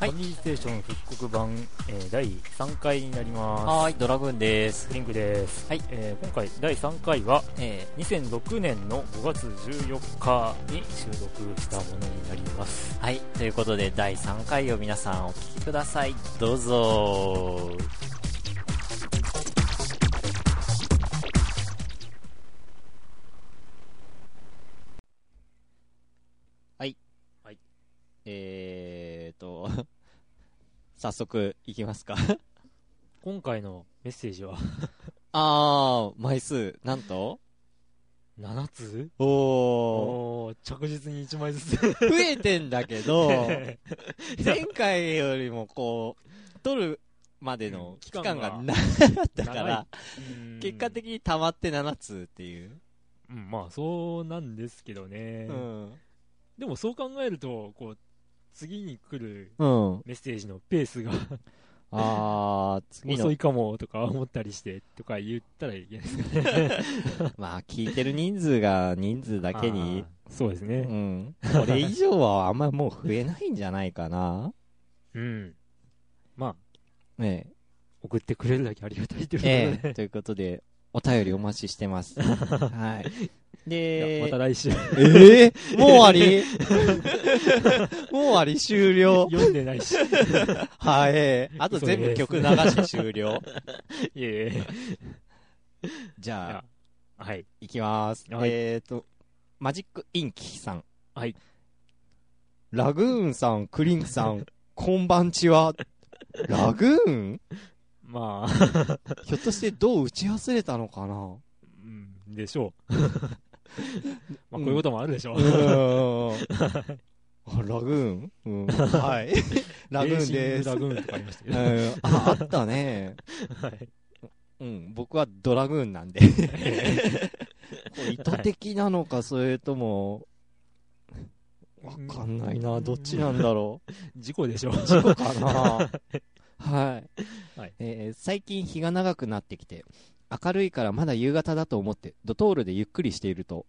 ファミリーステーション復刻版、えー第3回になりまはーい、ドラグーンです。す。リンクです。はいえー今回、第3回は、え2006年の5月14日に収録したものになります。ー、はい、ということで、第3回を皆さんお聞きください。どうぞはい。はい。えーと、 早速いきますか。今回のメッセージはあー、枚数、なんと7つおー。おー着実に1枚ずつ。増えてんだけど、 前回よりもこう、取るまでの期間がうん長かったから、結果的に溜まって7通っていう。に、うんまあそうなんですけどね。うん。でもそう考えると、こう、次に来るうん。メッセージのペースがあー、次遅のい、かもとか思ったりしてとか言ったらいけないですかまあ聞いてる人数が人数だけに、あーそうですうね。ん。これ以上はあんまもう増えないんじゃないかな。うん。まあ、ね 送ってくれるだけありがたいということえで。。ええ、ということで、お便りお待ちし てます。はい。いで、やまた来 週ええもう終わり もう終わり終了。読んでない し。いはい、 ええあと全部曲流して終了。えいえ。じゃあ、はい。いきます。はいえっ、と、マジックインキさん。はい。ラグーンさん、クリンクさ ん、こんばんちは。ラグーンまあ、ひょっとしてどう打ち忘れたの かなうんでしょう。 まあ、こういうこともあるでしょう。うーんあラグーン、うん、 はい。ラグーンレーでシン。すグラグーンとかありましたけうど。ん、ああったね。 はいうん、僕はドラグーンなんで。こう意図的なのか、それとも、わかんないな、どっちなんだろう。 事故で しょう。事故かなはい。はいえー最近日が長くなってきて、明るいからまだ夕方だと思って、ドトールでゆっくりしていると、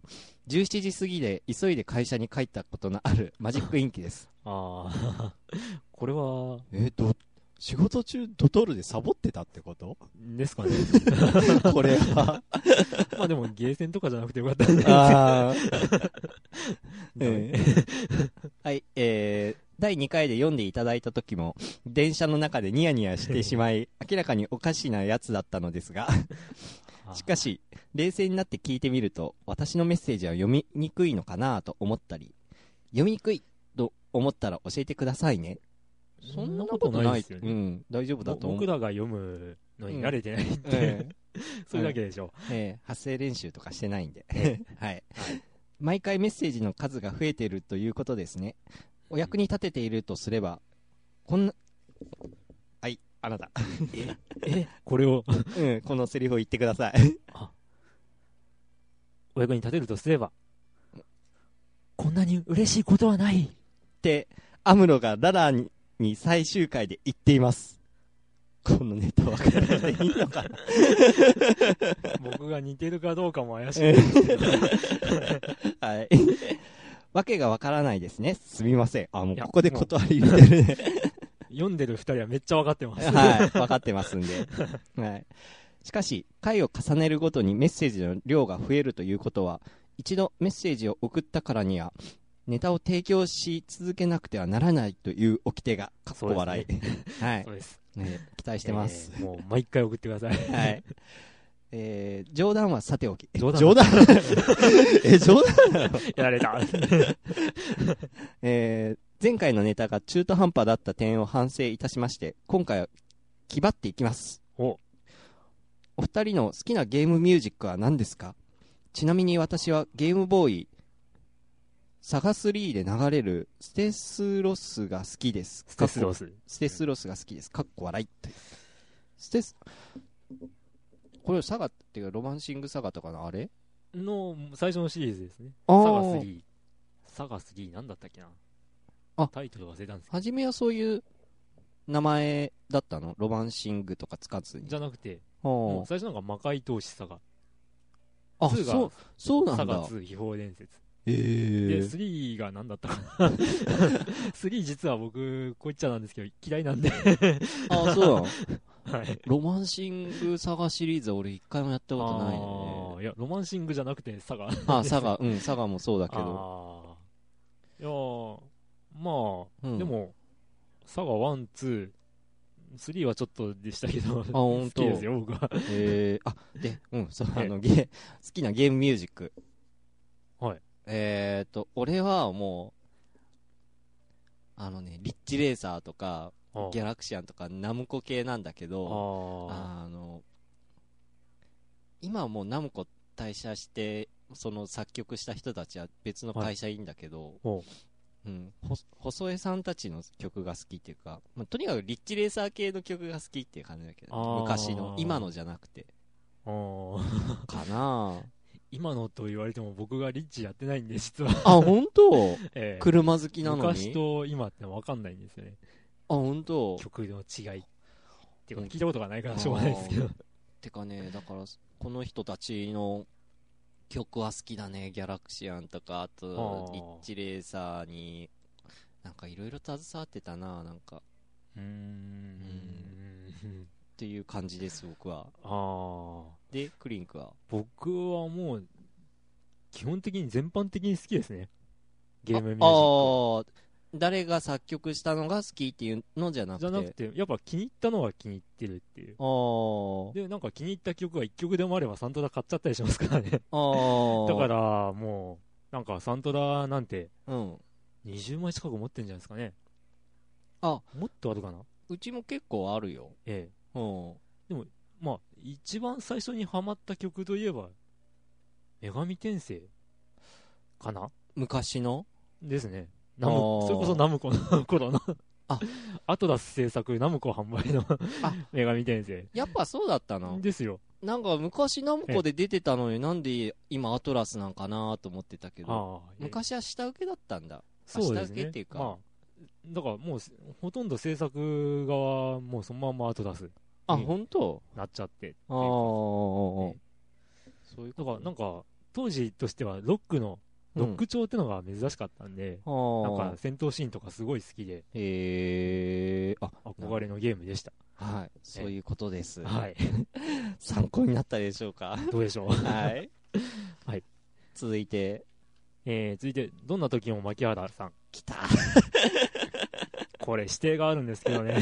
17時過ぎで急いで会社に帰ったことのあるマジックインキです。ああ、これは、 えど、仕事中ドトールでサボってたってこと ですかね。これは。まあでも、ゲーセンとかじゃなくてよかったんで。 あダメ はい、えー、第2回で読んでいただいた時も、電車の中でニヤニヤしてしま い、明らかにおかしなやつだったのですが、しかし、冷静になって聞いてみると、私のメッセージは読みにくいのかなと思ったり、読みにくいと思ったら教えてくださいね。そんなことないですようね。ん、大丈夫だと思僕う。らが読むのに慣れてないんえでえ、 それだけでしょえー発声練習とかしてないんで、 はい、毎回メッセージの数が増えているということですねお役に立てているとすればこんなはいあなた、え、これを うん、このセリフを言ってくださ いお役に立てるとすれば、こんなに嬉しいことはない。ってアムロがララにに最終回で言っていますこのネタ分からないいいのかな僕が似てるかどうかも怪しい。 はいわけがわからないですねすみませんあもういやここで断り入れてるね読んでる二人はめっちゃ分かってます。はい、分かってますん で。はい、しかし、回を重ねるごとにメッセージの量が増えるということは、一度メッセージを送ったからには、ネタを提供し続けなくてはならないという掟が、かっこ笑い。 はいそ、うです。ね期待してます。えーもう毎回送ってください。はい。えー冗談はさておき。え冗談冗談 え、冗談やられた。えー前回のネタが中途半端だった点を反省いたしまして、今回は気張っていきます。おお二人の好きなゲームミュージックは何ですかちなみに私はゲームボーイ、サガ3で流れるステスロスが好きです。ステスロス。ス。ステスロスが好きです。かっこ笑いって。ステス、これサガっていうかロマンシングサガとかのあれの最初のシリーズですね。あサーガ3。サガ3なんだったっけなあタイトル忘れたんですけ初めはそういう名前だったのロマンシングとかつかずど。にじ。ゃなくて、もはう最初のが魔界闘士サガ。ああ、 2そうが、そうなサんだガ。2秘宝伝説。えで、ー、 3が何だったかな。3実は僕、こう言っちゃなんですけど、嫌いなんで。ああ、 そうなのはい。ロマンシングサガシリーズは俺一回もやったことないあーいや、ロマンシングじゃなくて、佐賀。ね。ああ、サガ、うん、サガもそうだけど。あーいやーまあ、うんでも、佐賀1、2、3はちょっとでしたけど、あ、ほん好と。きですよ、僕は。えー、あ、で、うん、そう、えあの、ゲ、好きなゲームミュージック。はい。えーと、俺はもう、あのね、リッチレーサーとか、あギャラクシアンとか、ナムコ系なんだけあど、ーあの、今はもうナムコ退社して、その作曲した人たちは別の会社いいんだけど、ほうん、ほ細江さんたちの曲が好きっていうか、まあ、とにかくリッチレーサー系の曲が好きっていう感じだけどね、あー昔の、今のじゃなくて。あーかな今のと言われても僕がリッチやってないんで、 実は。あ、本当 ええ車好きなの昔に。あ、と今って分かんないんですよね。本当曲の違いっていうこと聞いたことがないからしょうがないですけど。てかね、だから、この人たちの曲は好きだね。ギャラクシアンとか、あとあ、ーリッチレーサーに、なんかいろいろ携わってたな、なんか、っうーん。ていう感じです、僕は。ああ。で、クリンクは。僕はもう、基本的に全般的に好きですね。ゲームミュージああッー誰が作曲したのが好きっていうのじゃなク。くじて。ゃなくて、やっぱ気に入ったのは気に入ってるっていう。あーで、なんか気に入った曲が1曲でもあればサントラ買っちゃったりしますからね。 あー。 だから、もう、なんかサントラなんてら、うん。 20枚近く持ってるんじゃないですかね。あ、もっとあるかなうちも結構あるよ。ええ。うん。まあ、一番最初にハマった曲といえば、女神転生かな昔のですね。ナムあーそれこそナムコの 頃のあアトラス制作ナムコ販売の あ女神転生やっぱそうだったな。ですよ。なんか昔ナムコで出てたのになんで今アトラスなんかなと思ってたけあど、あ昔は下請けだったんだ。そうです下請けねっていうかまあ、だからもうほとんど制作側もうそのまんまアトラスあ、うん本当なっちゃってっていうあかあ、そういうだこからと。なんか当時としてはロックのロック調ってのが珍しかったんで、なんあか戦闘シーンとかすごい好きでへえ、あ、憧れのゲームでした。はい、そういうことです。はい。参考になったでしょう か。どうでし ょう。はい。はい。続いて、えー、続いて、どんな時も牧原さん。来た。これ指定があるんですけどね。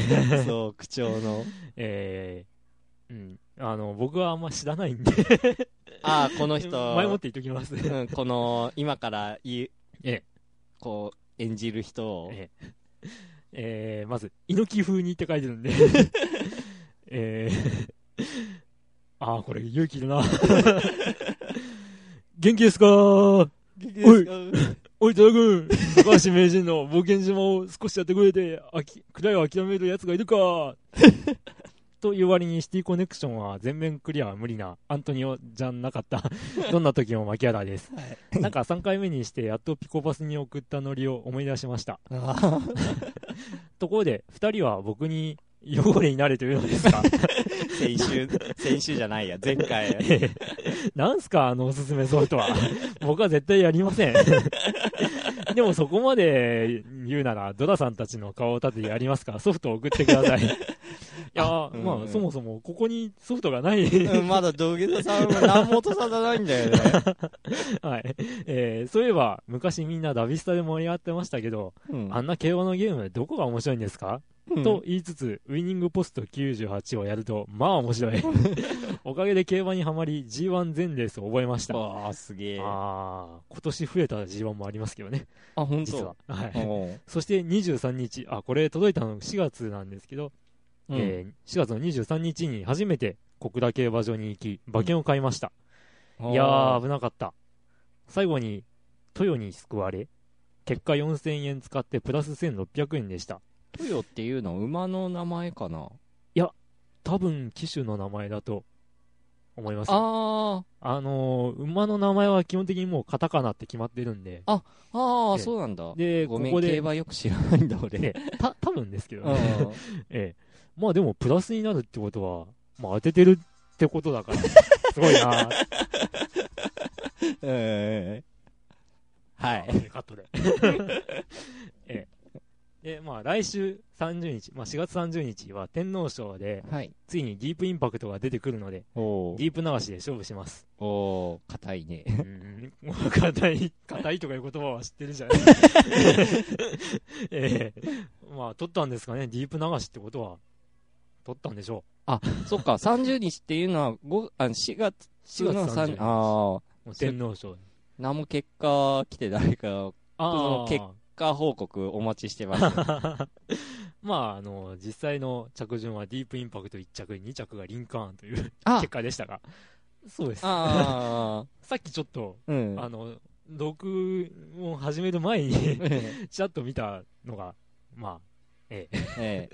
そう、口調の。えー、うん。あの、僕はあんま知らないんで、ああ、この 人。前もって言っときます。うん、この、今から言う、ええこう、演じる人を、ええー、まず、猪木風にって書いてるんで。えー、あー、これ勇気いるな。元気ですかおおい い、田中君高橋名人の冒険島を少しやってくれて、あき、くらいを諦める奴がいるかという割にシティコネクションは全面クリアは無理なアントニオじゃなかった。どんな時も牧原です。なんか3回目にしてやっとピコパスに送ったノリを思い出しました。あーところで、2人は僕に汚れになれというのですか先週、先週じゃないや、前回。なんすか、あのおすすめソフト は。僕は絶対やりません。 でもそこまで言うなら、ドラさんたちの顔を立ててやりますから、ソフトを送ってく ださい。いやー、うんまあ、そもそもここにソフトがない。うんまだ土下座さんも何も落とさないんだよね。はい。えーそういえば、昔みんなダビスタで盛り上がってましたけど、うんあんな競馬のゲームどこが面白いんですかと、言いつつ、ウィニングポスト98をやると、まあ面白 い。おかげで競馬にはまり、G1 全レースを覚えました。あわあ、すげえ。あー、あ、今年増えた G1 もありますけどね、本実は当。。はい。そして23日、あ、これ届いたの4月なんですけど、うんえー4月の23日に初めて小倉競馬場に行き、馬券を買いました。いやー、危なかった。最後に、豊に救われ、結果4000円使ってプラス1600円でした。トヨっていうのは馬の名前かな。多分機種の名前だと思いますよああのー馬の名前は基本的にもうカタカナって決まってるんであ、ああ、ええそうなんだ。でごこめん、こ競 で馬よく知らないんだ、俺。ねた多分ですけどうね、ん。ええまあでもプラスになるってことは、まあ、当ててるってことだ からすごいなええはいあ。カットで。 ええ。で、まあ来週30日、まあ4月30日は天皇賞で、はい。ついにディープインパクトが出てくるので、おディープ流しで勝負します。おおー硬いね。うん、 もう硬い、硬いとかいう言葉は知ってるじゃない ええまあ取ったんですかね、ディープ流しってことは、取ったんでしょそっか、30日っていうのは、5あ4月、 4月の30日あう。あ、もう天皇賞。何も結果来てないから、結ああ、結果報告お待ちしてます。 まあ、あの、実際の着順はディープインパクト1着、2着がリンカーンというあ結果でしたが、そうです。さあっきちょっと、 ー、うん。、あの、録音始める前に えちらっと見たのが、まえ、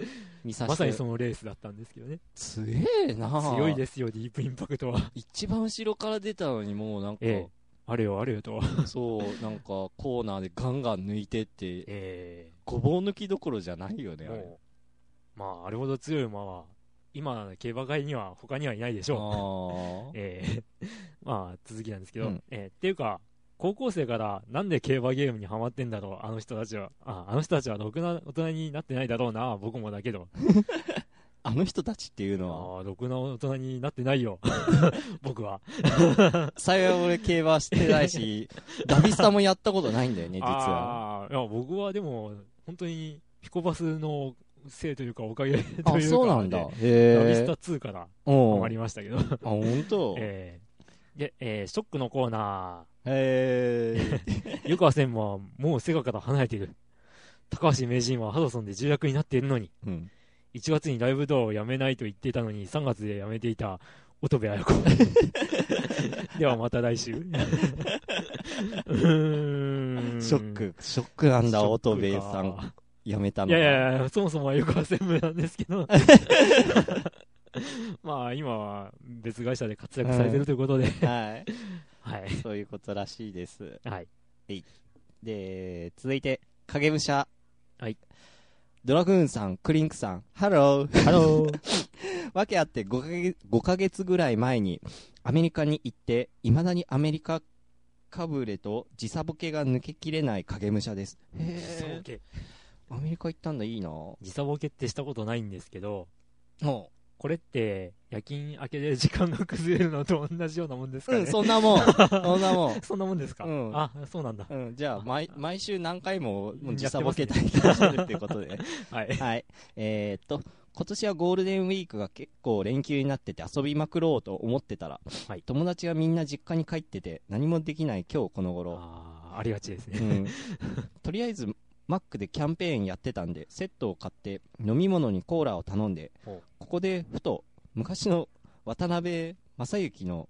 見あ、さませさて。にそのレースだったんですけどね。強えな強いす。ですよ、ディープインパクトは。一番後ろから出たのにもうなんか、ええあれよ、あれよと。そう、なんかコーナーでガンガン抜いてって、えごぼう抜きどころじゃないよえね、あれ。もう、まあ、あれほど強い馬は、今、競馬界には他にはいないでしあょう。ーえー まあ、続きなんですけど、うんえーっていうか、高校生からなんで競馬ゲームにハマってんだろう、あの人たちは。ああの人たちはろくな大人になってないだろうな、僕もだけど。あの人たちっていうのは、ああ、ろくな大人になってない よ、僕は。幸い俺競馬してない し、ダビスタもやったことないんだよね、実は。あーいや僕はでも、本当にピコバスのせいというか、おかげ というか、あ、そうなんだ。でへラビスえタ。2からハうん。マあり、ましたけど。本当。えへーで、えーショックのコーナー。え。湯川専務はもうセガから離れている。高橋名人はハドソンで重役になっているのに、うん。 1月にライブドアを辞めないと言っていたのに、3月で辞めていた乙部綾子。ではまた来週。うーんショッ。ク、ショックなんだ、ショックか乙部さん。辞めたいのやがいやいや、そもそもは湯川専務なんですけ ど。まあ今は別会社で活躍されてるということで、はい。はい。そういうことらしいです。はい。で、続いて、影武者。はい。ドラグーンさん、クリンクさん、ハロ ー。ハロー。わけあって5ヶ月、5ヶ月ぐらい前に、アメリカに行って、いまだにアメリカかぶれと時差ボケが抜けきれない影武者です。時差ボへケ。ーアメリカ行ったんだ、いいなぁ。時差ボケってしたことないんですけど、もこれって夜勤明けで時間が崩れるのと同じようなもんですかね、うん、そんなもん。そんなも ん。そんなもんですか、うんあそうなんだ、うん、じゃあ、毎、毎週何回も、もう時差やボってケま体験してるっていうことで。はい はい。えーっと、今年はゴールデンウィークが結構連休になってて遊びまくろうと思ってたら、はい友達がみんな実家に帰ってて何もできない今日この頃。あーありがちですうね、ん、 とりあえず、マックでキャンペーンやってたんで、セットを買って飲み物にコーラを頼んで、ほうここでふと昔の渡辺正行の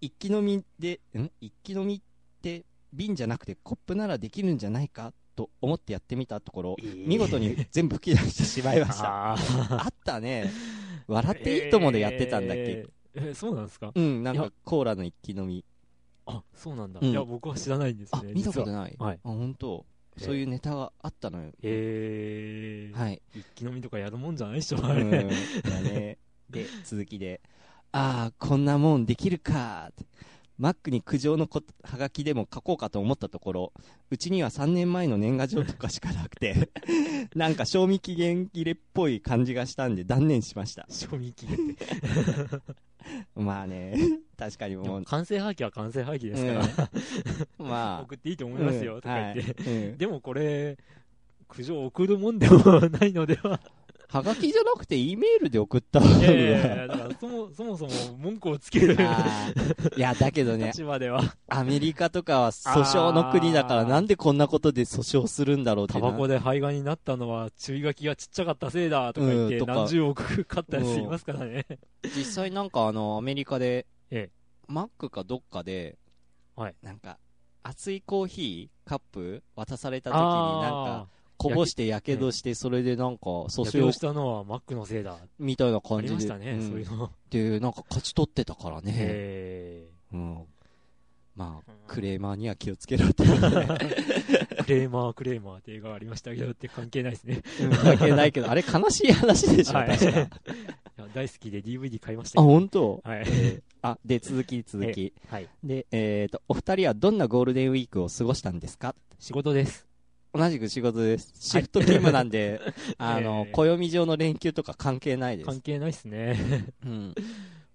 一気飲みで、ん一気飲みって瓶じゃなくてコップならできるんじゃないかと思ってやってみたところ、見事に全部吹き出してしまい ました。ああったね。笑っていいともでやってたんだっけ、えーえーそうなんですかうん、なんいやかコーラの一気飲み。あそうなんだ、うんいや僕は知らないんですあ、ね見たこといない。はいあ、本当。そういうネタがあったのよ。えーはい。一気飲みとかやるもんじゃないでしょうあれ、ん。だね。で、続きで、ああ、こんなもんできるかって。マックに苦情のこはがきでも書こうかと思ったところ、うちには3年前の年賀状とかしかなくて、 なんか賞味期限切れっぽい感じがしたんで断念しました。 賞味期限ってまあね、確かにもう、完成破棄は完成破棄ですから、うんまあ送、っていいと思いますよ、とか言って、うんはいうんでもこれ苦情送るもんでもないのでははがきじゃなくて E メールで送ったいやいやいやいや、だからそもそもそも文句をつけるあーいや、だけどね、立場では、アメリカとかは訴訟の国だから、あーなんでこんなことで訴訟するんだろうってタな。バコで肺がんになったのは注意書きがちっちゃかったせいだとか言っうて、んとか何十億買ったやついますからね。実際なんかあの、アメリカでええ、マックかどっかで、はいなんか、熱いコーヒーカップ渡された時になんか、こぼしてやけどして、それでなんか、訴あー、訴訟訟したのはマックのせいだ。あみたいな感じりで。ましたね、うんそういうの。で、なんか勝ち取ってたからね。えうん。まあうん、クレーマーには気をつけろっ てことで、クレーマー、クレーマーって映画がありましたけどって関係ないですね。うん関係ないけど、あれ悲しい話でしょ、はい 確 いか。や大好きで DVD 買いましたあ、けど本当はい。あ、で、続き、続き。はい。で、えっ、と、お二人はどんなゴールデンウィークを過ごしたんですか仕事です。同じく仕事です。シフト勤務なんで、あの、えー暦上の連休とか関係ないで関す。係ないっす ね。うん。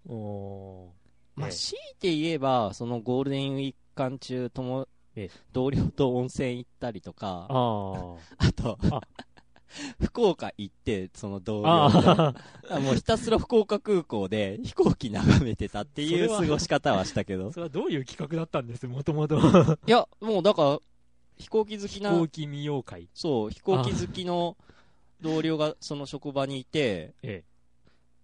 おーまえあ、え強いて言えば、そのゴールデンウィーク間中、ともええ、同僚と温泉行ったりとか、ああとあ、福岡行って、その同あ。僚とああ。あもうひたすら福岡空港で飛行機眺めてたっていそれうは過ごし方はした けど。それはどういう企画だったんですもともと。飛いや、もうだから、飛行機好きな、行機見よう会。そう、飛行機好きの同僚がその職場にいて、え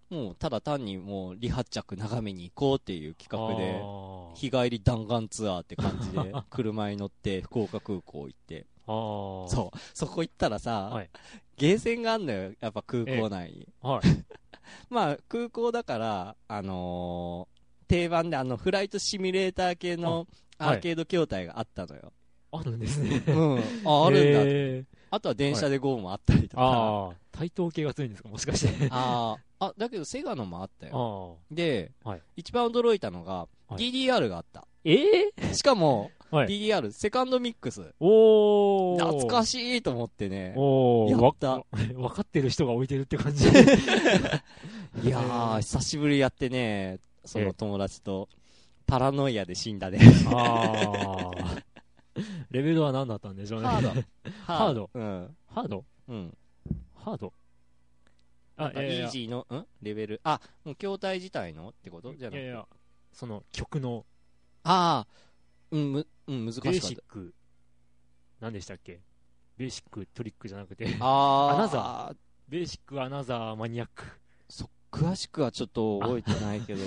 もうただ単にもう離発着眺めに行こうっていうえ。企画で、あ日帰り弾丸ツアーって感じ で、車に乗って福岡空港行って、あ。そう、そこ行ったらさ、はいゲーセンがあんのよ、やっぱ空港内に。う。はい。 まあ、空港だから、あのー定番であの、フライトシミュレーター系のあアはいーケード筐体があったのよ。あるんですね。うん。 あ、あるんだ。えあとは電車で GO もあったりーとか。ああ。対等系が強いんですかもしかして。あーあ、だけどセガのもあったよ。ああ。で、はい一番驚いたのが、はい DDR があった。ええしかも、はい DDR、セカンドミックス。おー。懐かしい。しいと思ってね。おー。やったわ。 わかってる人が置いてるって 感じ。い やー、久しぶりやってね、そえのえ友達と、パラノイアで死んだね。ああ。レベルは何だったんでしょうね。ハード。 ハード。うん。ハードうん。ハードあ、イいやいやージーの、んレベル。あ、もう筐体自体のってことじゃないやくいて。や、その曲のあー、うん、む、うん、難しかベーっシッた。ク、何でしたっけベーシックトリックじゃなくて、 あー、アナザベーシックアナザーマニアック。そ詳しくはちょっと覚えてないけど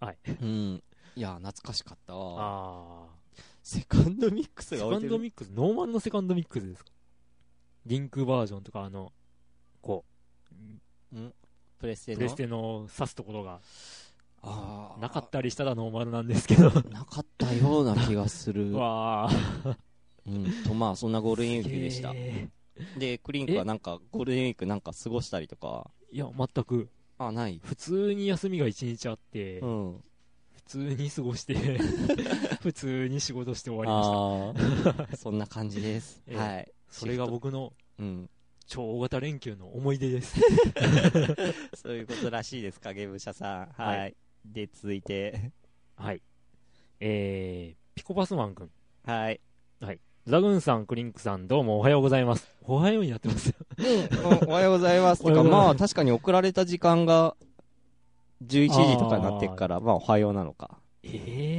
あ はいうんいや懐かしかったわああ。セカンドミックスセがカ置いンてドるミックス、ノーマンのセカンドミックスですかリンクバージョンとか、あの、こう、プレステプレのステの刺すところがあーなかったりしたらノーマルなんですけど。なかったような気が するわあ。うんとまあそんなゴールデンウィークでしたすげえでクリンクはなんかゴールデンウィークなんか過ごしたりとかいや、全く。あない普通に休みが一日あって、うん普通に過ごして 普通に仕事して終わりましたあー そんな感じですええはいそれが僕のうん超大型連休の思い出ですそういうことらしいです影武者さんはいはいで続いて はいえー、ピコパスマン君はいザグーンさんクリンクさんどうもおはようございますおはようになってますよ おはようございます。おてはようございますか、まあ、確かに送られた時間が11時とかになってっから、まあ、おはようなのか。え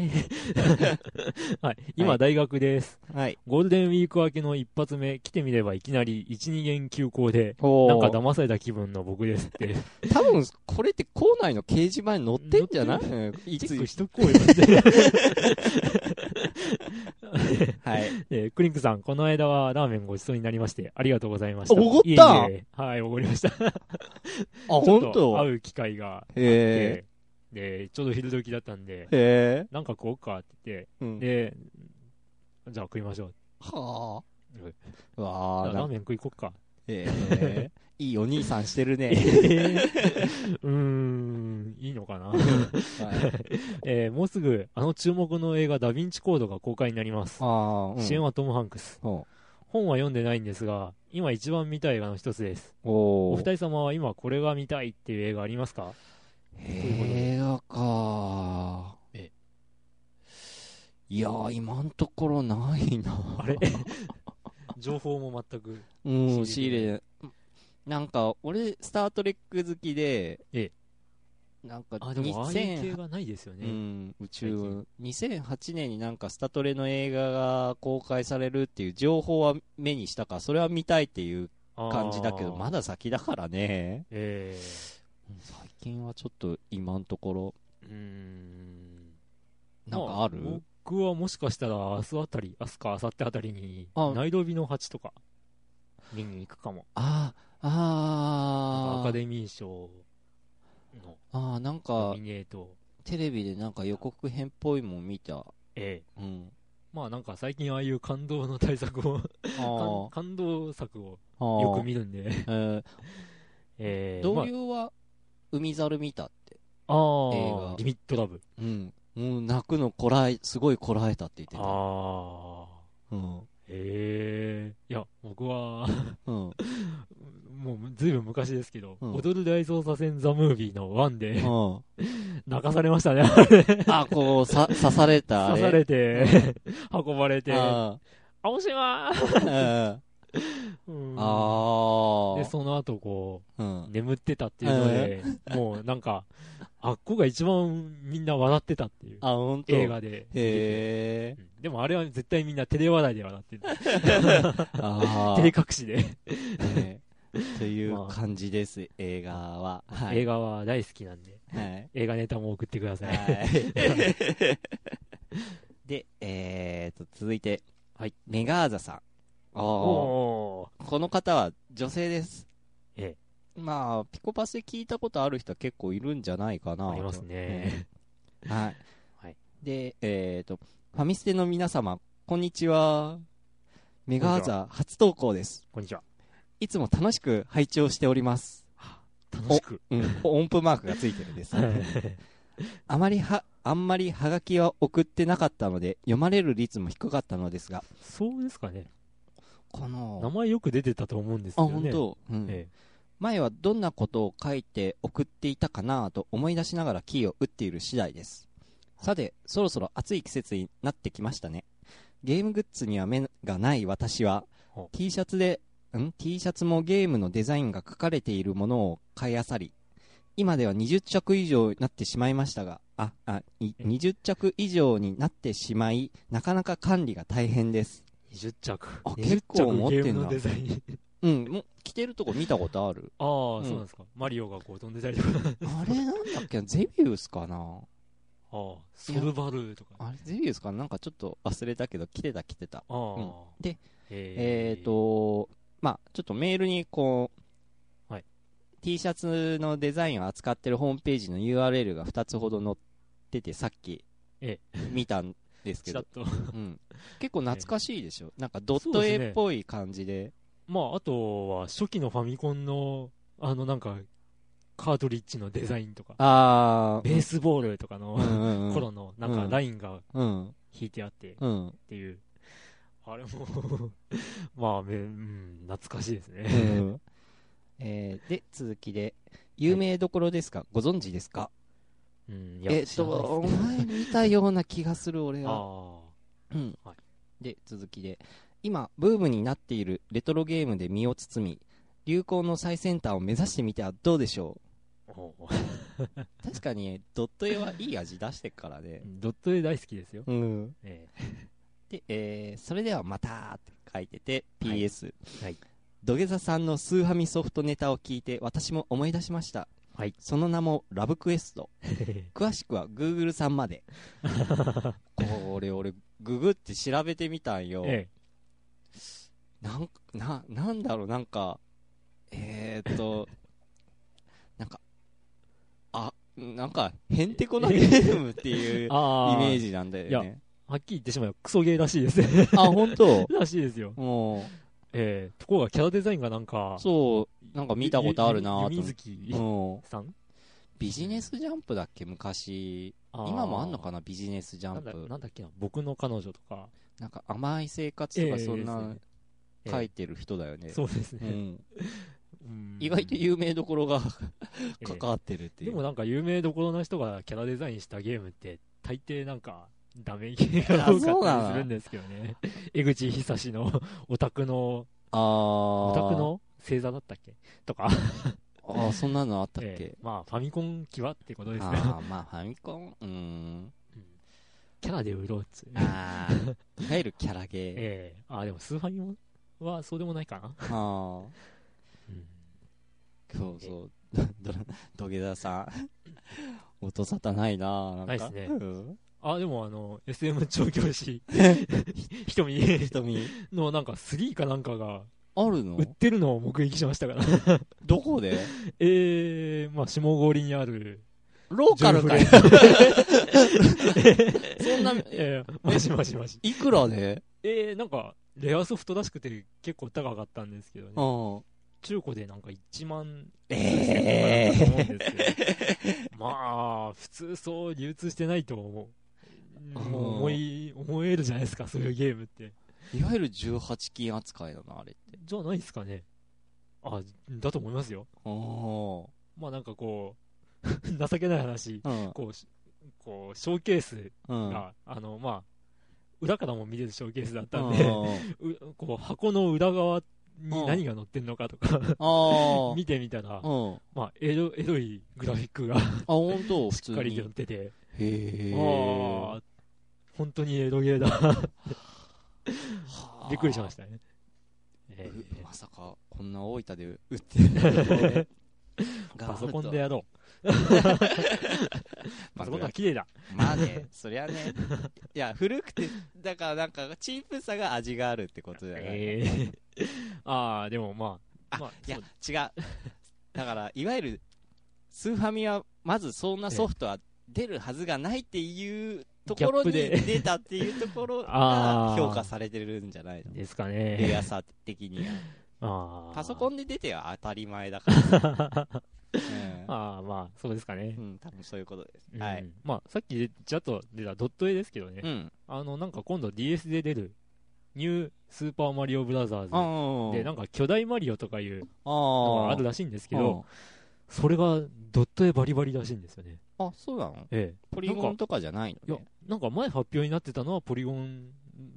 ーはい、今大学です、はい。ゴールデンウィーク明けの一発目来てみればいきなり12限休校でおなんか騙された気分の僕ですって多分、これって校内の掲示板に載ってんじゃないうんいチつェックしとこうよって はい。えークリンクさん、この間はラーメンごちそうになりまして、ありがとうございました。おごったいえいえはい、おごりました。あ、あ、ほん会とう機会があって、へで、ちょうど昼時だったんでえ。、へなんか食おうかってえ。う言っん。て、で、じゃあ食いましょう。はうん あ。わあ、ラなーメン食いこっか。 へ え。いいお兄さんしてるえね。ーうーん、いいのかな、はいえーもうすぐ、あの注目の映画、ダヴィンチコードが公開になります。ああ、主演はトム・ハンクス。うん。お本は読んでないんですが、今一番見たい映画の一つです。おお二ー。人様は今これが見たいっていう映画ありますか映画か。えいやー、今んところないな。あれ情報も全く。 うん、仕仕入入れれなんか、俺、スター・トレック好きで、えなんか、あ、でもああいう系2008がないですよね。うん、宇最宙、2008年になんか、スタトレの映画が公開されるっていう情報は目にしたから、それは見たいっていうあー感じだけど、まだ先だからね。えー最近はちょっと、今のところ、うーん。なんかある、ま僕はもしかしたら明日あたり、明日か明後日あたりに、あナイロビの蜂とか、見に行くかも。あアカあー、デミー賞のあー、なんノかミ、ネート。テレビでなんか予告編っぽいもん見た。ええ。うん。まあなんか最近ああいう感動の対策を、感あ感動作をあ。よく見るんで。えーええ。同僚は、海猿見たって。まあ、あ映あ画、リミットラブ。うん。もう泣くのこらえ、すごいこらえたって言ってた。ああ。うん。ええ。いや、僕は、 うん。もうずいぶん昔ですけど、うん踊る大捜査線ザ・ムービーの1で、うん。泣かされましたね。あ、こ う、さ、刺された。あ刺れされて、 運ばれて、あ あ青島ーうんあー。で、その後こうう、ん。眠ってたっていうので、もうなんか、あっこが一番みんな笑ってたっていうあ、ほんと。映画で。へえ。うんでもあれは絶対みんなテレ笑いで笑ってる。 あ テレー隠しで。ねというまあ感じです、映画は。はい。映画は大好きなんで、はい。映画ネタも送ってください。はい。で、えーと、続いて、はい。メガーザさん。こおーの方は女性です。えまあ、ピコパスで聞いたことある人は結構いるんじゃないかな。ありますね。うん。はい。はいで、えーと、ファミステの皆様、こんにちは。メガーザ初投稿です。こんにちは。いつも楽しく拝聴しております。楽しく。うん、音符マークがついてる んです。あまりは、あんまりハガキは送ってなかったので、読まれる率も低かったのですが、そうですかね。こ名の、前よく出てたと思うんですあ、けどね。本当、うんえ前はどんなことを書いて送っていたかなと思い出しながらキーを打っている次第です。さて、そろそろ暑い季節になってきましたね。ゲームグッズには目がない私はほ、 T シャツで、ん ?T シャツもゲームのデザインが書かれているものを買い漁り、今では20着以上になってしまいましたが、あ、あ、いえ20着以上になってしまい、なかなか管理が大変です。え20着。あ20結構持ってん着ゲなームのデザイ ン。うん、もう着てるとこ見たことあるああ、うんそうなんですか。マリオがこう飛んでたりとか。あれなんだっけゼビウスかなああ、ソルバルーとか。ああれ、ゼビウスかななんかちょっと忘れたけど、来てた来てた。あー、うんでええー、、と、まあちょっとメールにこう、はい T シャツのデザインを扱ってるホームページの URL が2つほど載ってて、さっきえ見たんですけちらっ ど、と。うん、結構懐かしいでしょ、なんかドッそうトですね A っぽい感じで、まあ、あとは初期のファミコンの、あのなんか、カートリッジのデザインとか、あ ベースボールとかのうんうんうん頃の、なんかうんラインがうん、引いてあってっうん、ていう。あれも、 まあ、めうん、懐かしいですうね。 ん。えーで、続きで、有名どころですか、ご存知ですかうん、いやえっ知らないですと、お前見たような気がする、俺は。あうんはいで続きで今ブームになっているレトロゲームで身を包み流行の最先端を目指してみてはどうでしょあ、おうう確かにドット絵はいい味出してっからねドット絵大好きですよ。うんえで、えーそれではまたって書いてて PS、はい土下座さんのスーハミソフトネタを聞いて私も思い出しました、はいその名もラブクエスト え詳しくは Google さん までこれ俺ググって調べてみたんよ、えなんかななんだろうなんかえー、っとなんかあなんかへんてこなゲームっていうえ。イメああ、ージなんだよねはっきり言ってしまえばクソゲーらしいです ね。あ本当らしいですよ。もええところがキャラデザインがなんかう、そうなんか見たことあるなとゆ思ゆっずてきうんさんビジネスジャンプだっけ昔今もあんのかなビジネスジャなンんだプなんだっけな、僕の彼女とか。なんか甘い生活とかそんなええ書いてる人だよね、そうですうね。ん、うん意外と有名どころがええ関わってるっていでう、もなんか有名どころな人がキャラデザインしたゲームって、大抵なん か、ダメゲーが多あそうかなったのりするんですけどね。江口久志の オタクの、ああオタクの星座だったっけとか。ああ、そんなのあったっえけえ、まあ、ファミコン際ってことですね。ああ、まあ、ファミコン、うーん。うんキャラで売ろうっつう。ああ、いわゆるキャラゲー。 ええあ、でもスーファミもはそうでもないかな。ああ、そうそう。どど土下座さん。音沙汰ないなあなないんか。っすねうんあ、でもあの、SM 調教 師、瞳瞳、のなんか3かなんかがあるの売ってるのを目撃しましたから。どこでええまあ、下郡にある、ローカルかよ。 そ んな、いやいや、マジマジマジ。いくらでえー、なんか、レアソフトらしくて結構高かったんですけどね。うん。中古でなんか1万えとかだったと思うんですけど、 まあ、普通そう流通してないと思う。うんもう思い、思えるじゃないですか、そういうゲームって。いわゆる18金扱いだな、あれって。じゃないですかね。あ、だと思いますよ。おまあなんかこう、 情けない話、ー。こうし、こう、ショーケースうん。うん。が、あの、まあ、裏からも見れるショーケースだったんで、あうこう、箱の裏側に何が載ってんのかとか、あ ー。見てみたらう、ん。まあ、エロ、エロいグラフィックがあ、ほんと、普し通っかりに。載っへてて、え。ああ、本当にエロゲー だ。びっくりしまししたね。たえーまさか、こんな大分で売って る。パソコンで。やろう。パソコンは綺麗だ。まあね、そりゃね。いや、古くて、だからなんか、チープさが味があるってことじゃない。えーああ、でもまあ、あまあ、いや、そ違うう。だから、いわゆる、スーファミは、まずそんなソフトは出るはずがないっていうところにギャップで出たっていうところが あー評価されてるんじゃないのですかレね。アさ的には。ああパソコンで出ては当たり前だからさ。 うんああ、まあ、そうですかねう。ん、多分そういうことです。うんはい。まあ、さっきちらっと出たドット絵ですけどね。うん。あの、なんか今度 DS で出る、ニュースーパーマリオブラザーズで、なんか巨大マリオとかいうのがあるらしいんですけど、それがドット絵バリバリらしいんですよね。あー、あそうなのえポリゴンとかじゃないえ。いのやね。、なんか前発表になってたのはポリゴン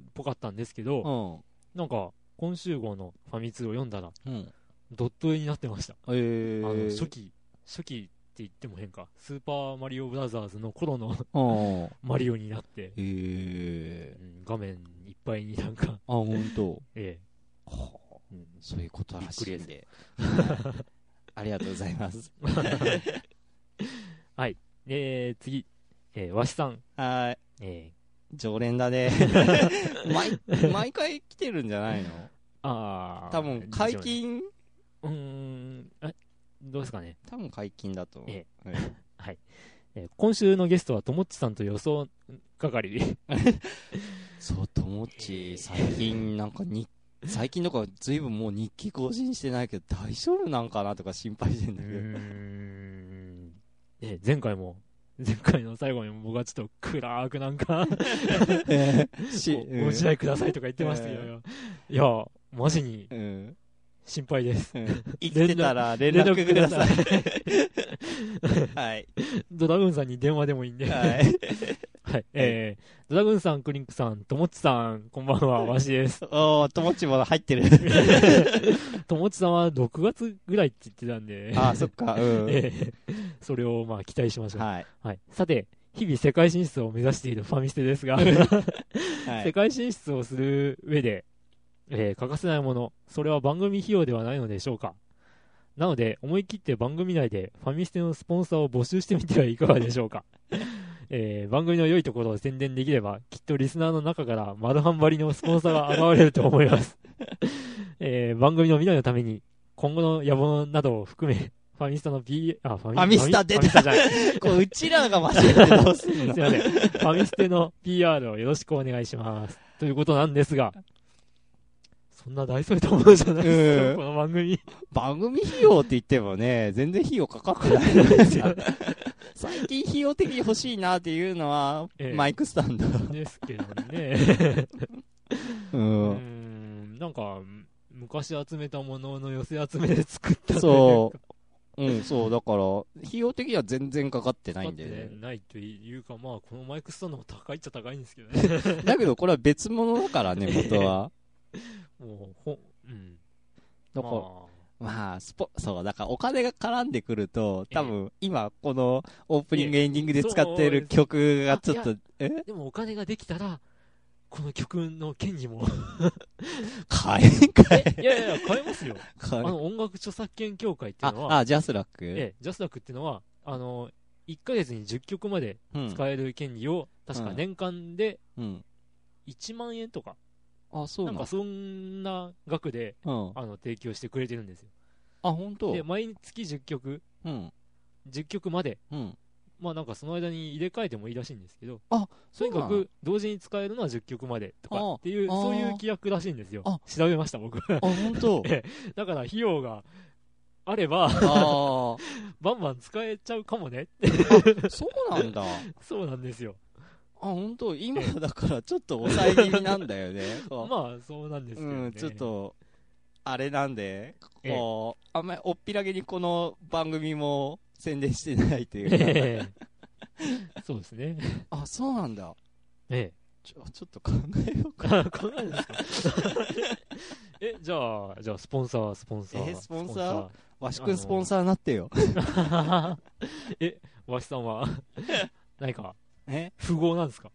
っぽかったんですけど、うなんか今週号のファミ通を読んだら、ん。うん。ドット絵になってました。えー。あの初期、初期って言っても変か、スーパーマリオブラザーズの頃の うん。へマリオになって、えう。ん画面いっぱいになんか、あ、ほんと。ええうんそういうことらしいびんっくで。 ありがとうございます。 で、次、えー、わしさん、はーい。え常連だ ね。毎、毎回来てるんじゃないのー、あー多分解、禁、うーん、えどうですかね、多分解禁だと思うえ。うんえー今週のゲストはともっちさんと予想 係、そう、ともっち、最近なんかに、最近とかずいぶんもう日記更新してないけど大丈夫なんかなとか心配してんうだけど。ーんえー前回も、前回の最後にも僕はちょっと暗くなんか、えー しごご自愛くださいとか言ってましたけど、えいや、マジにうんうん。心配です。うん生きてたら連連絡絡くくだだささいい。はい。 ドラグーンさんに電話でもいいんで。は はい。い。えー、ドラグーンさん、クリンクさん、ともっちさん、こんばん は、わしです。おー、ともっちも入ってる。 ともっちさんは6月ぐらいって言ってたんで、あー、そっか。うん。えーそれをまあ期待しましょう。ははい。い。さて、日々世界進出を目指しているファミステです が、は世い。界進出をする上で、えー欠かせないもの、それは番組費用ではないのでしょうか。なので、思い切って番組内でファミステのスポンサーを募集してみてはいかがでしょうか。 えー番組の良いところを宣伝できれば、きっとリスナーの中から丸半張りのスポンサーが現れると思います。 えー番組の未来のために、今後の野望などを含め、ファミスタの P、あ、ファミファミスタ出ファミたスタじゃない。こう、うちらが間違えてどうすん の すいません。ファミステの PR をよろしくお願いします。ということなんですが、そんな大それたものじゃないですか、うんこの番組。番組費用って言ってもね、全然費用かかってない んですよ。最近費用的に欲しいなっていうのは、ええマイクスタンド。ですけどね。うう。んん、なんか、昔集めたものの寄せ集めで作ったとそうん、そう、だから、費用的には全然かかってないいうんかでね。ないというか、まあ、このマイクスタンドも高いっちゃ高いんですけどね。だけど、これは別物だから ね、元は。もう、ほ、うん。だから、ままあ、スポ、そう、だからお金が絡んでくると、多分、今、このオープニング、エンディングで使ってる曲がちょっと、えあでもお金ができたら、この曲の権利も。買えんかい いやいや、買えますよ。買あえんの、音楽著作権協会っていうのはあ、、あ、ジャスラックええ、ジャスダックっていうのは、あの、1ヶ月に10曲までうん。使える権利を、確か年間でうん。 1万円とか、あ、そうななんんかだ。そんな額で、うん。あの、提供してくれてるんですよ。あ、本当で、毎月10曲、うん。 10曲までうん。まあなんかその間に入れ替えてもいいらしいんですけど、あとにかそうなのく同時に使えるのは10曲までとかっていう、あーそういう規約らしいんですよあ。調べました、僕。あ本 当え だから費用があれば、あバンバン使えちゃうかもね。あそうなんだあそうなんですよ。本当今だからちょっと抑え気味なんだ よねこうまあそうなんですけど、ねうんちょっとあれなんでこうあんまりおっぴらげにこの番組も宣伝してないというか、ええ そうです ね。あそうなんだ えちょちょっと考えようえ。かあこんなんですか え、じゃあ、じゃあ、スポンサー、スポンサー。えスポンサーわしくんスポンサーなってよスポンサー え、わしさんは、 何か、え富豪なんですか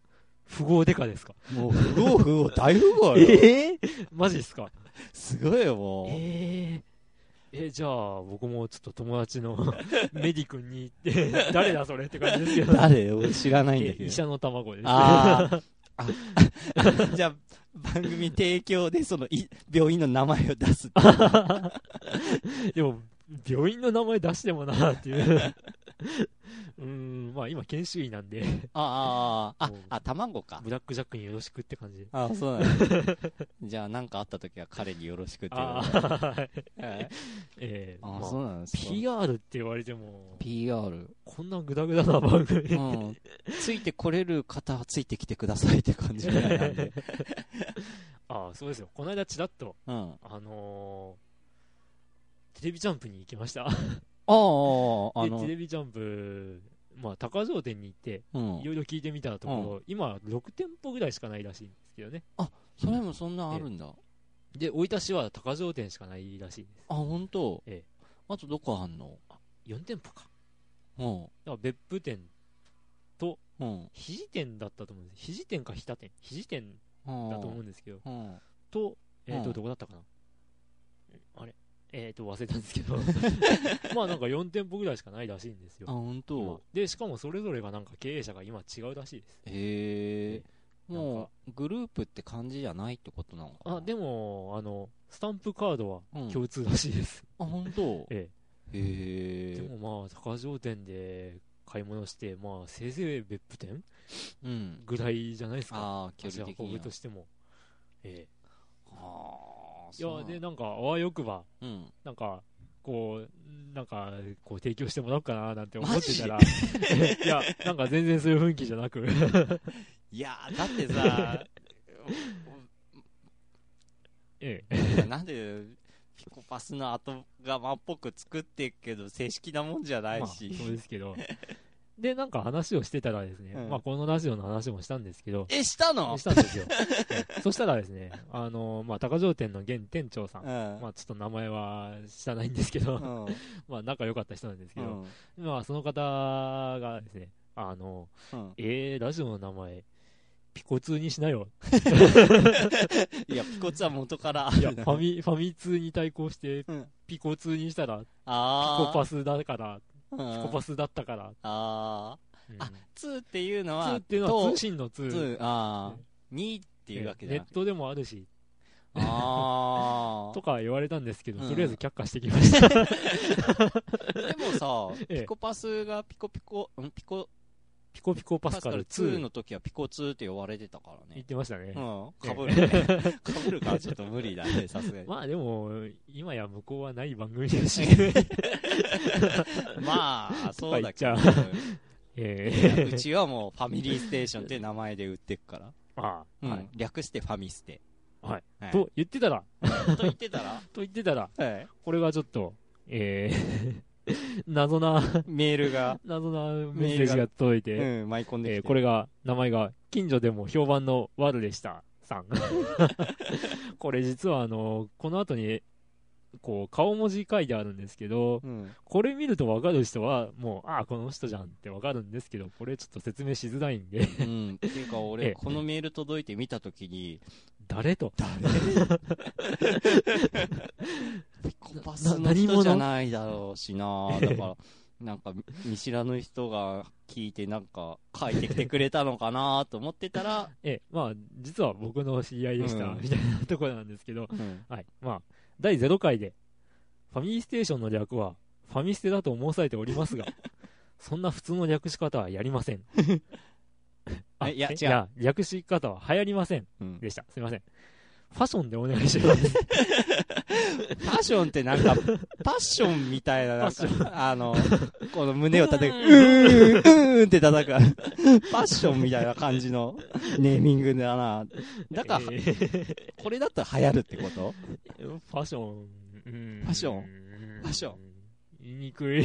富豪デカですかもう不合不合大富豪よえマジですかすごいよもう、えええ、じゃあ、僕もちょっと友達の メディ君に行って、誰だそれって感じですけ ど。誰俺知らないんだえけ医ど者の卵です。あーああじゃあ番組提供でそのい病院の名前を出すっていう でも、病院の名前出してもなっていう。 うーん、まあ今研修医なんで、あーあーあーもうああ卵かブラックジャックによろしくって感じで。ああそうなんだ じゃあ何かあった時は彼によろしくっていうああーはいあえーまーあそうなんですか PR って言われても、 PR こんなグダグダな番組う。 んついてこれる方はついてきてくださいって感じぐらいなん でああ、そうですよ。この間ちらっと、うんああのーテレビジャンプに行きました。ああで、のテレビジャンプ、まあ高城店に行って、うんいろいろ聞いてみたところ、今6店舗ぐらいしかないらしいんですけどね。それもそんなあるんだあで、生い出しは高城店しかないらしいです。本当ええあとどこあんの4店舗か。うんだから別府店、うん肘店だったと思うんです。肘店か日田店。肘店だと思うんですけど。うんと、えっ、うと、んどこだったかな。あれえっ、と、忘れたんですけ ど。まあなんか4店舗ぐらいしかないらしいんですあよ。本今当で、しかもそれぞれがなんか経営者が今違うらしいです。へえなんかもうグループって感じじゃないってことなのかなあ、でも、あの、スタンプカードはうん共通らしいです。あ本当えへえ。えでもまあ、高城店で買い物して、まあ、せいぜい別府店うんぐらいじゃないですか。ああ距アジ離ア的ホにブはとしても。えああえ。いや、で、なんか、あわよくば、うんなんか、こう、なんか、こう提供してもらおうかななんて思マってジたら、 いや、なんか全然そういう雰囲気じゃなく、 いやーだってさええ、うんなんでピコパスの後釜っぽく作ってっけど正式なもんじゃなまいあ、し、そうですけど。で、なんか話をしてたらですね、うんまあ、このラジオの話もしたんですけど、えしたのしたんですよ。ええそしたらですね、あの、まあ、高城店の現店長さん、うんまあ、ちょっと名前は知らないんですけど、うん まあ、仲良かった人なんですけうど、んまあ、その方がですね、あの、うんえー、ラジオの名前、ピコ通にしなよ。いやピコツは元からあいや、る フなァミ、ファミ通に対抗してうん、ピコ通にしたら、ピあコーパスだから、うんピコパスだったから、あうんあー2っていうの通はっていうのはと通信の通。 2あうんー2っていうわけじゃネなくッてトでもあるし、ああとか言われたんですけうど、んとりあえず却下してきました。 でもさええピコパスがピコピコうんピコピコピコパパススカカルル2 2の時はピコ2って呼ばれてたから言っねてましたねう。んええかぶるね かぶるからちょっと無理だ ねさすがにまあでも、今や向こうはない番組だ し、まあ、そうだけど。といか やえうちはもうファミリーステーションって名前で売ってくから。ーまうあ、んはい。略してファミステ。はいはい。とと言ってたら、言ってたら、と言ってたら、これ はちょっと、えー 謎な、メールが、謎なメッセージが届いて、うん、舞い込んできえて。ーこれが、名前が、近所でも評判のワルでした、さ ん。これ実は、あの、この後に、こう、顔文字書いてあるんですけど、うん。これ見るとわかる人は、もう、ああ、この人じゃんってわかるんですけど、これちょっと説明しづらいんで、うん。っていうか、え俺、えこのメール届いて見たときに、誰と。ピコパスの人なじゃないだろうしな。だから、なんか、見知らぬ人が聞いて、なんか、書いてきてくれたのかなと思ってたら、ええ、まあ、実は僕の知り合いでした、うんみたいなところなんですけど、うん。はい。まあ、第0回で、ファミリーステーションの略は、ファミステだと申されておりますが、 そんな普通の略し方はやりません。えいやえ違う略し方は流行りません。うんでした。すいません。ファッションでお願いします。パッションってなん か、パッションみたいな、なんかパッシ、あの、この胸を叩く、うーん、うーんって叩く、パッションみたいな感 じのネーミングだな。 だから、えーこれだったら流行るってことファッション。うんファッションンファッション言いにくい。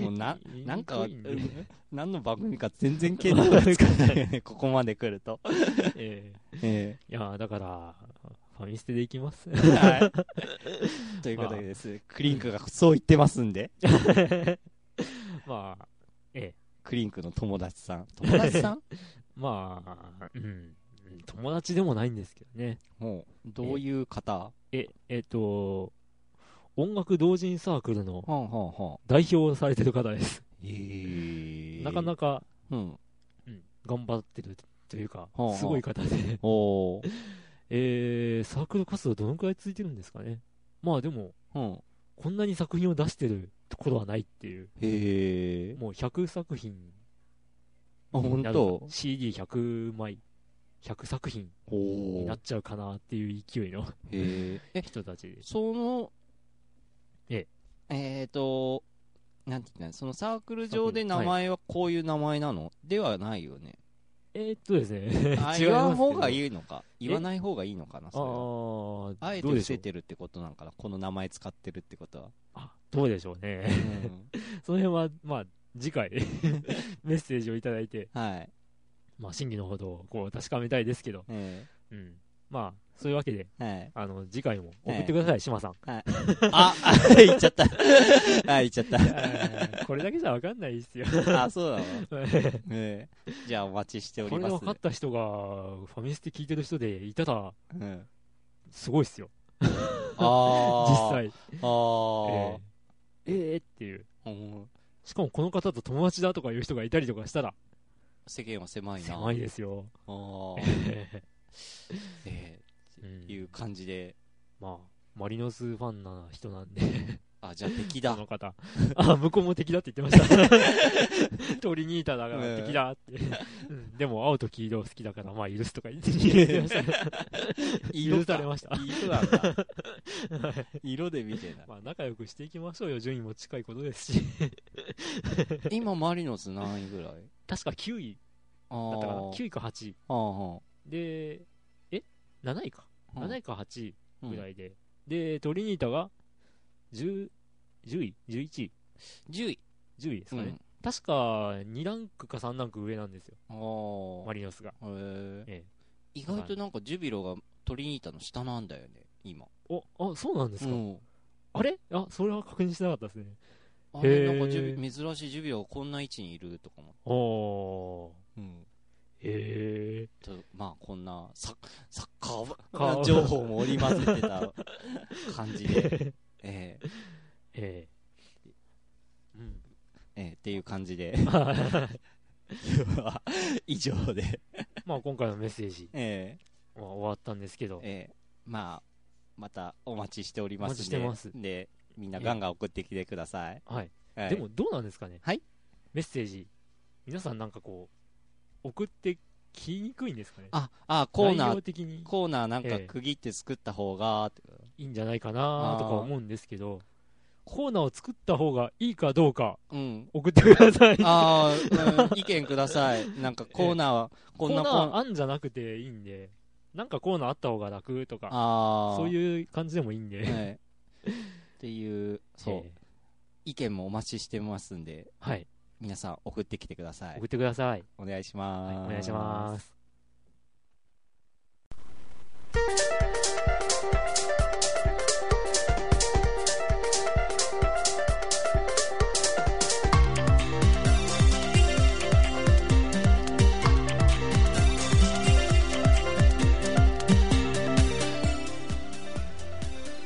もうな、言いにくいねなんか、うん何の番組か全然見当がつかない。 ここまで来ると。えーえいや、だから、ファミステでいきます。 えはい。 ということでです。クリンクがそう言ってますんで。まあ、ええクリンクの友達さん。友達さんまあ、うん。友達でもないんですけどね。 もう、どういう方え、えっ、と、音楽同人サークルのはんはんはん。代表をされてる方です。ええなかなか、うん。うん、頑張ってるというかあは、あすごい方で。 おー。えー、サークル活動どのくらい続いてるんですかね。まあでも、うん。こんなに作品を出してるところはないっていう。へえ。もう100作品あ、ほんになるかと CD100 枚、100作品おにーなっ。ちゃうかなっていう勢いのへえ。え、人たちです。その、ええーと、なんて言ったのそのサークル上で名前はこういう名前なの、ではないよね。えーっとですね。あ、違い言わん方がいますけど。いいのか。言わない方がいいのかな、あそーれは。あえてどう伏でしょせうてるってことなんかなこの名前使ってるってことは。あ、どうでしょう うね。 んその辺は、まあ、次回 メッセージをいただいて、はい。まあ、真偽のほどをこう確かめたいですけど、えうん。まあ、そういうわけで、えはあい。の、次回も送ってください、島さん。あ、あ 言っちゃった。あ、言っちゃ っえーこれだけじゃわかんないですよ。 た。あ、そうなのこええじゃあお待ちしておりれでま分すか。った人が、ファミステ聞いてる人でいたら、うんすごいっすよ、 あ実あ。際。あーえー、えーっていう。うんしかもこの方と友達だとかいう人がいたりとかしたら、世間は狭いな。狭いですよ。あーえ うんーいう感じで、まあ、マリノスファンな人なんで、あ、じゃあ敵こだ。の方。あ、向こうも敵だって言ってま した。トリニータだから敵だって。うんでも、青と黄色好きだから、まあ許すとか言 って言ってました。色許さだれました。色なんだ。 色で見てない。まあ仲良くしていきましょうよ。順位も近いことですし。 今、マリノス何位ぐらい確か9位あだったかな。ー9位か8位。あー。で、え ?7 位か。うん7位か8位うんぐらいで。で、トリニータが10、10位 ?11 位10位。 ?10 位ですうかね。ん。確か2ランクか3ランク上なんですよ。あーマリノスが。へえええ意外となんかジュビロがトリニータの下なんだよね、今。お、あ、そうなんですか。うんあれあ、それは確認してなかったですね。あれ、へなーんかジュビ珍しいジュビロがこんな位置にいるとかも。おー。うんへえ。とまあこんなサッサッカカーー情報も織り交ぜてた感じ で、えー ええ。 うん。えーっていう感じで ま以上で、あ今回のメッセージえは終わったんですけーど、えーまあまたお待ちしておりますんでお待ちしてますでみんなガンガン送ってきてください、はい。はいでもどうなんですかねはいメッセージ、皆さんなんかこう、送ってきにくいんですかねああコーナ内ー容的にコーナーなんかええ区切って作った方が、いいんじゃないかなとか思うんですけど、コーナーを作った方がいいかどうかうん送ってください。あ あ、うん、意見ください。なんかコーナーは、こコーんなナコーナーーあんじゃなくていいんで、なんかコーナーあった方が楽とか、ああ、そういう感じでもいいんで。 はい、っていう、そう、え意見もお待ちしてますんで、ーはい。皆さん送ってきてください送。ってください。お願いしまはい、おす、願いし ます。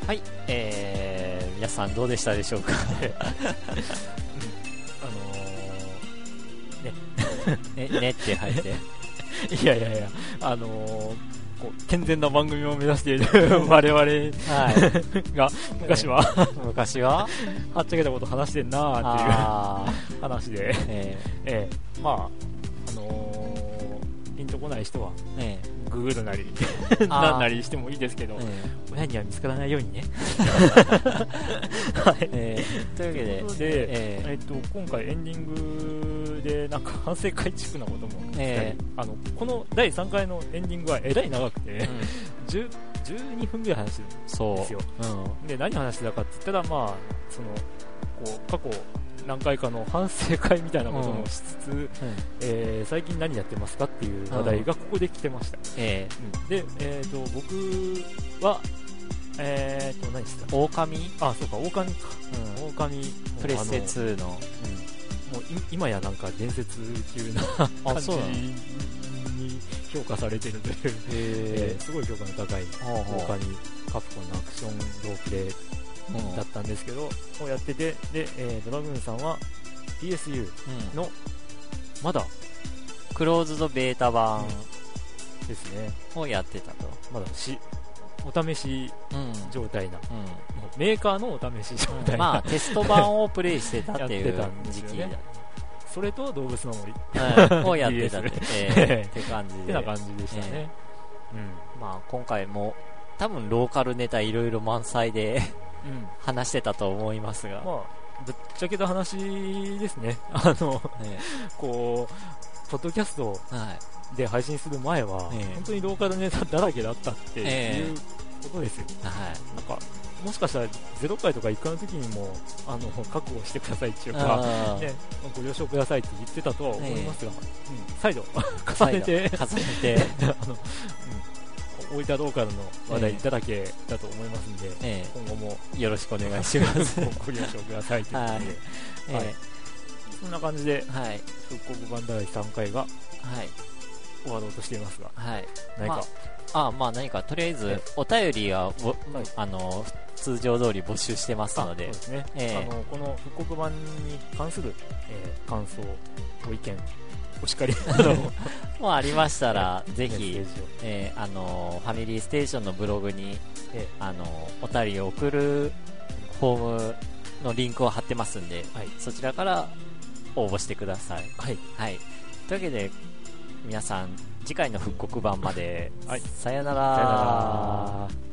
はい、えー、皆さんどうでしたでしょうかあのー、ね、ねって入って。 いやいやいや、あのーこう健全な番組を目指している 我々 はい。が 昔は昔ははっちゃけたこと話してんなーっていうああ。話で、えええ、まああのー、ピンとこない人はええググるなり あーなんなりしてもいいですけどえ、親には見つからないようにねはいえええというわけで、で、えええっと今回エンディングでなんか反省会チックなこともしたり、ええあのこの第3回のエンディングはえらい長くて、うん10 12分ぐらい話してるんそですよう。うん。で何話してたかって言ったらまあそのこう過去何回かの反省会みたいなこともしつつ、えー最近何やってますかっていう話題がここで来てました、ええで、えー、と僕はえー、と何してた狼、うん、あそうか狼か狼もうプレステあの2の。もうい今やなんか伝説級なあ感じそうなのに評価されてるという、ええーすごい評価の高いえ。ほうほ他にカプコンのアクションロープレイう。うんだったんですけど、をやっててで、えードラグーンさんは PSU うんのまだクローズドベータ版ですねをやってたと。まだしお試しうん。状態なもうん。うメーカーのお試し状態な、まあ、テスト版をプレイしてたっていやってうたんです時よ期ねそれと動物の森っだ、うん、をやってたって、ええ って感じてでな感じでしたね、まあ、今回も多分ローカルネタいろいろ満載で うん、うん話してたと思います が、まあ、ぶっちゃけた話ですね。あの、えこう、ポッドキャストえはい、で配信する前は、ええ本当にローカルネタだらけだったってええいうことですよ。はい、なんか、もしかしたら0回とか1回の時にも、あの、覚悟してくださいっていうか、あー ね、ご了承くださいって言ってたとは思いますが、うん再度、重再ね度て、重ねて、 あの、うん、大分ローカルの話題だらけだと思いますんで、え今後もえよろしくお願いし ます。ごご了承くださいということで、えはいそんな感じでえ、はい、復刻版第3回がはい、終わろうとしていますが、はい。何まかあ、あ、まあ何か、とりあえず、お便りは、ぼはいあの、通常通り募集してますあのそでうで、すね、ええあのこの復刻版に関する、えー感想、ご意見、お叱 りなどももうありましたら、メぜッセひー、ジをえーあのーファミリーステーションのブログに、ええあのーお便りを送るフォームのリンクを貼ってますんで、はいそちらから応募してください、はいはい、というわけで皆さん次回の復刻版まで、はいさよさなよならら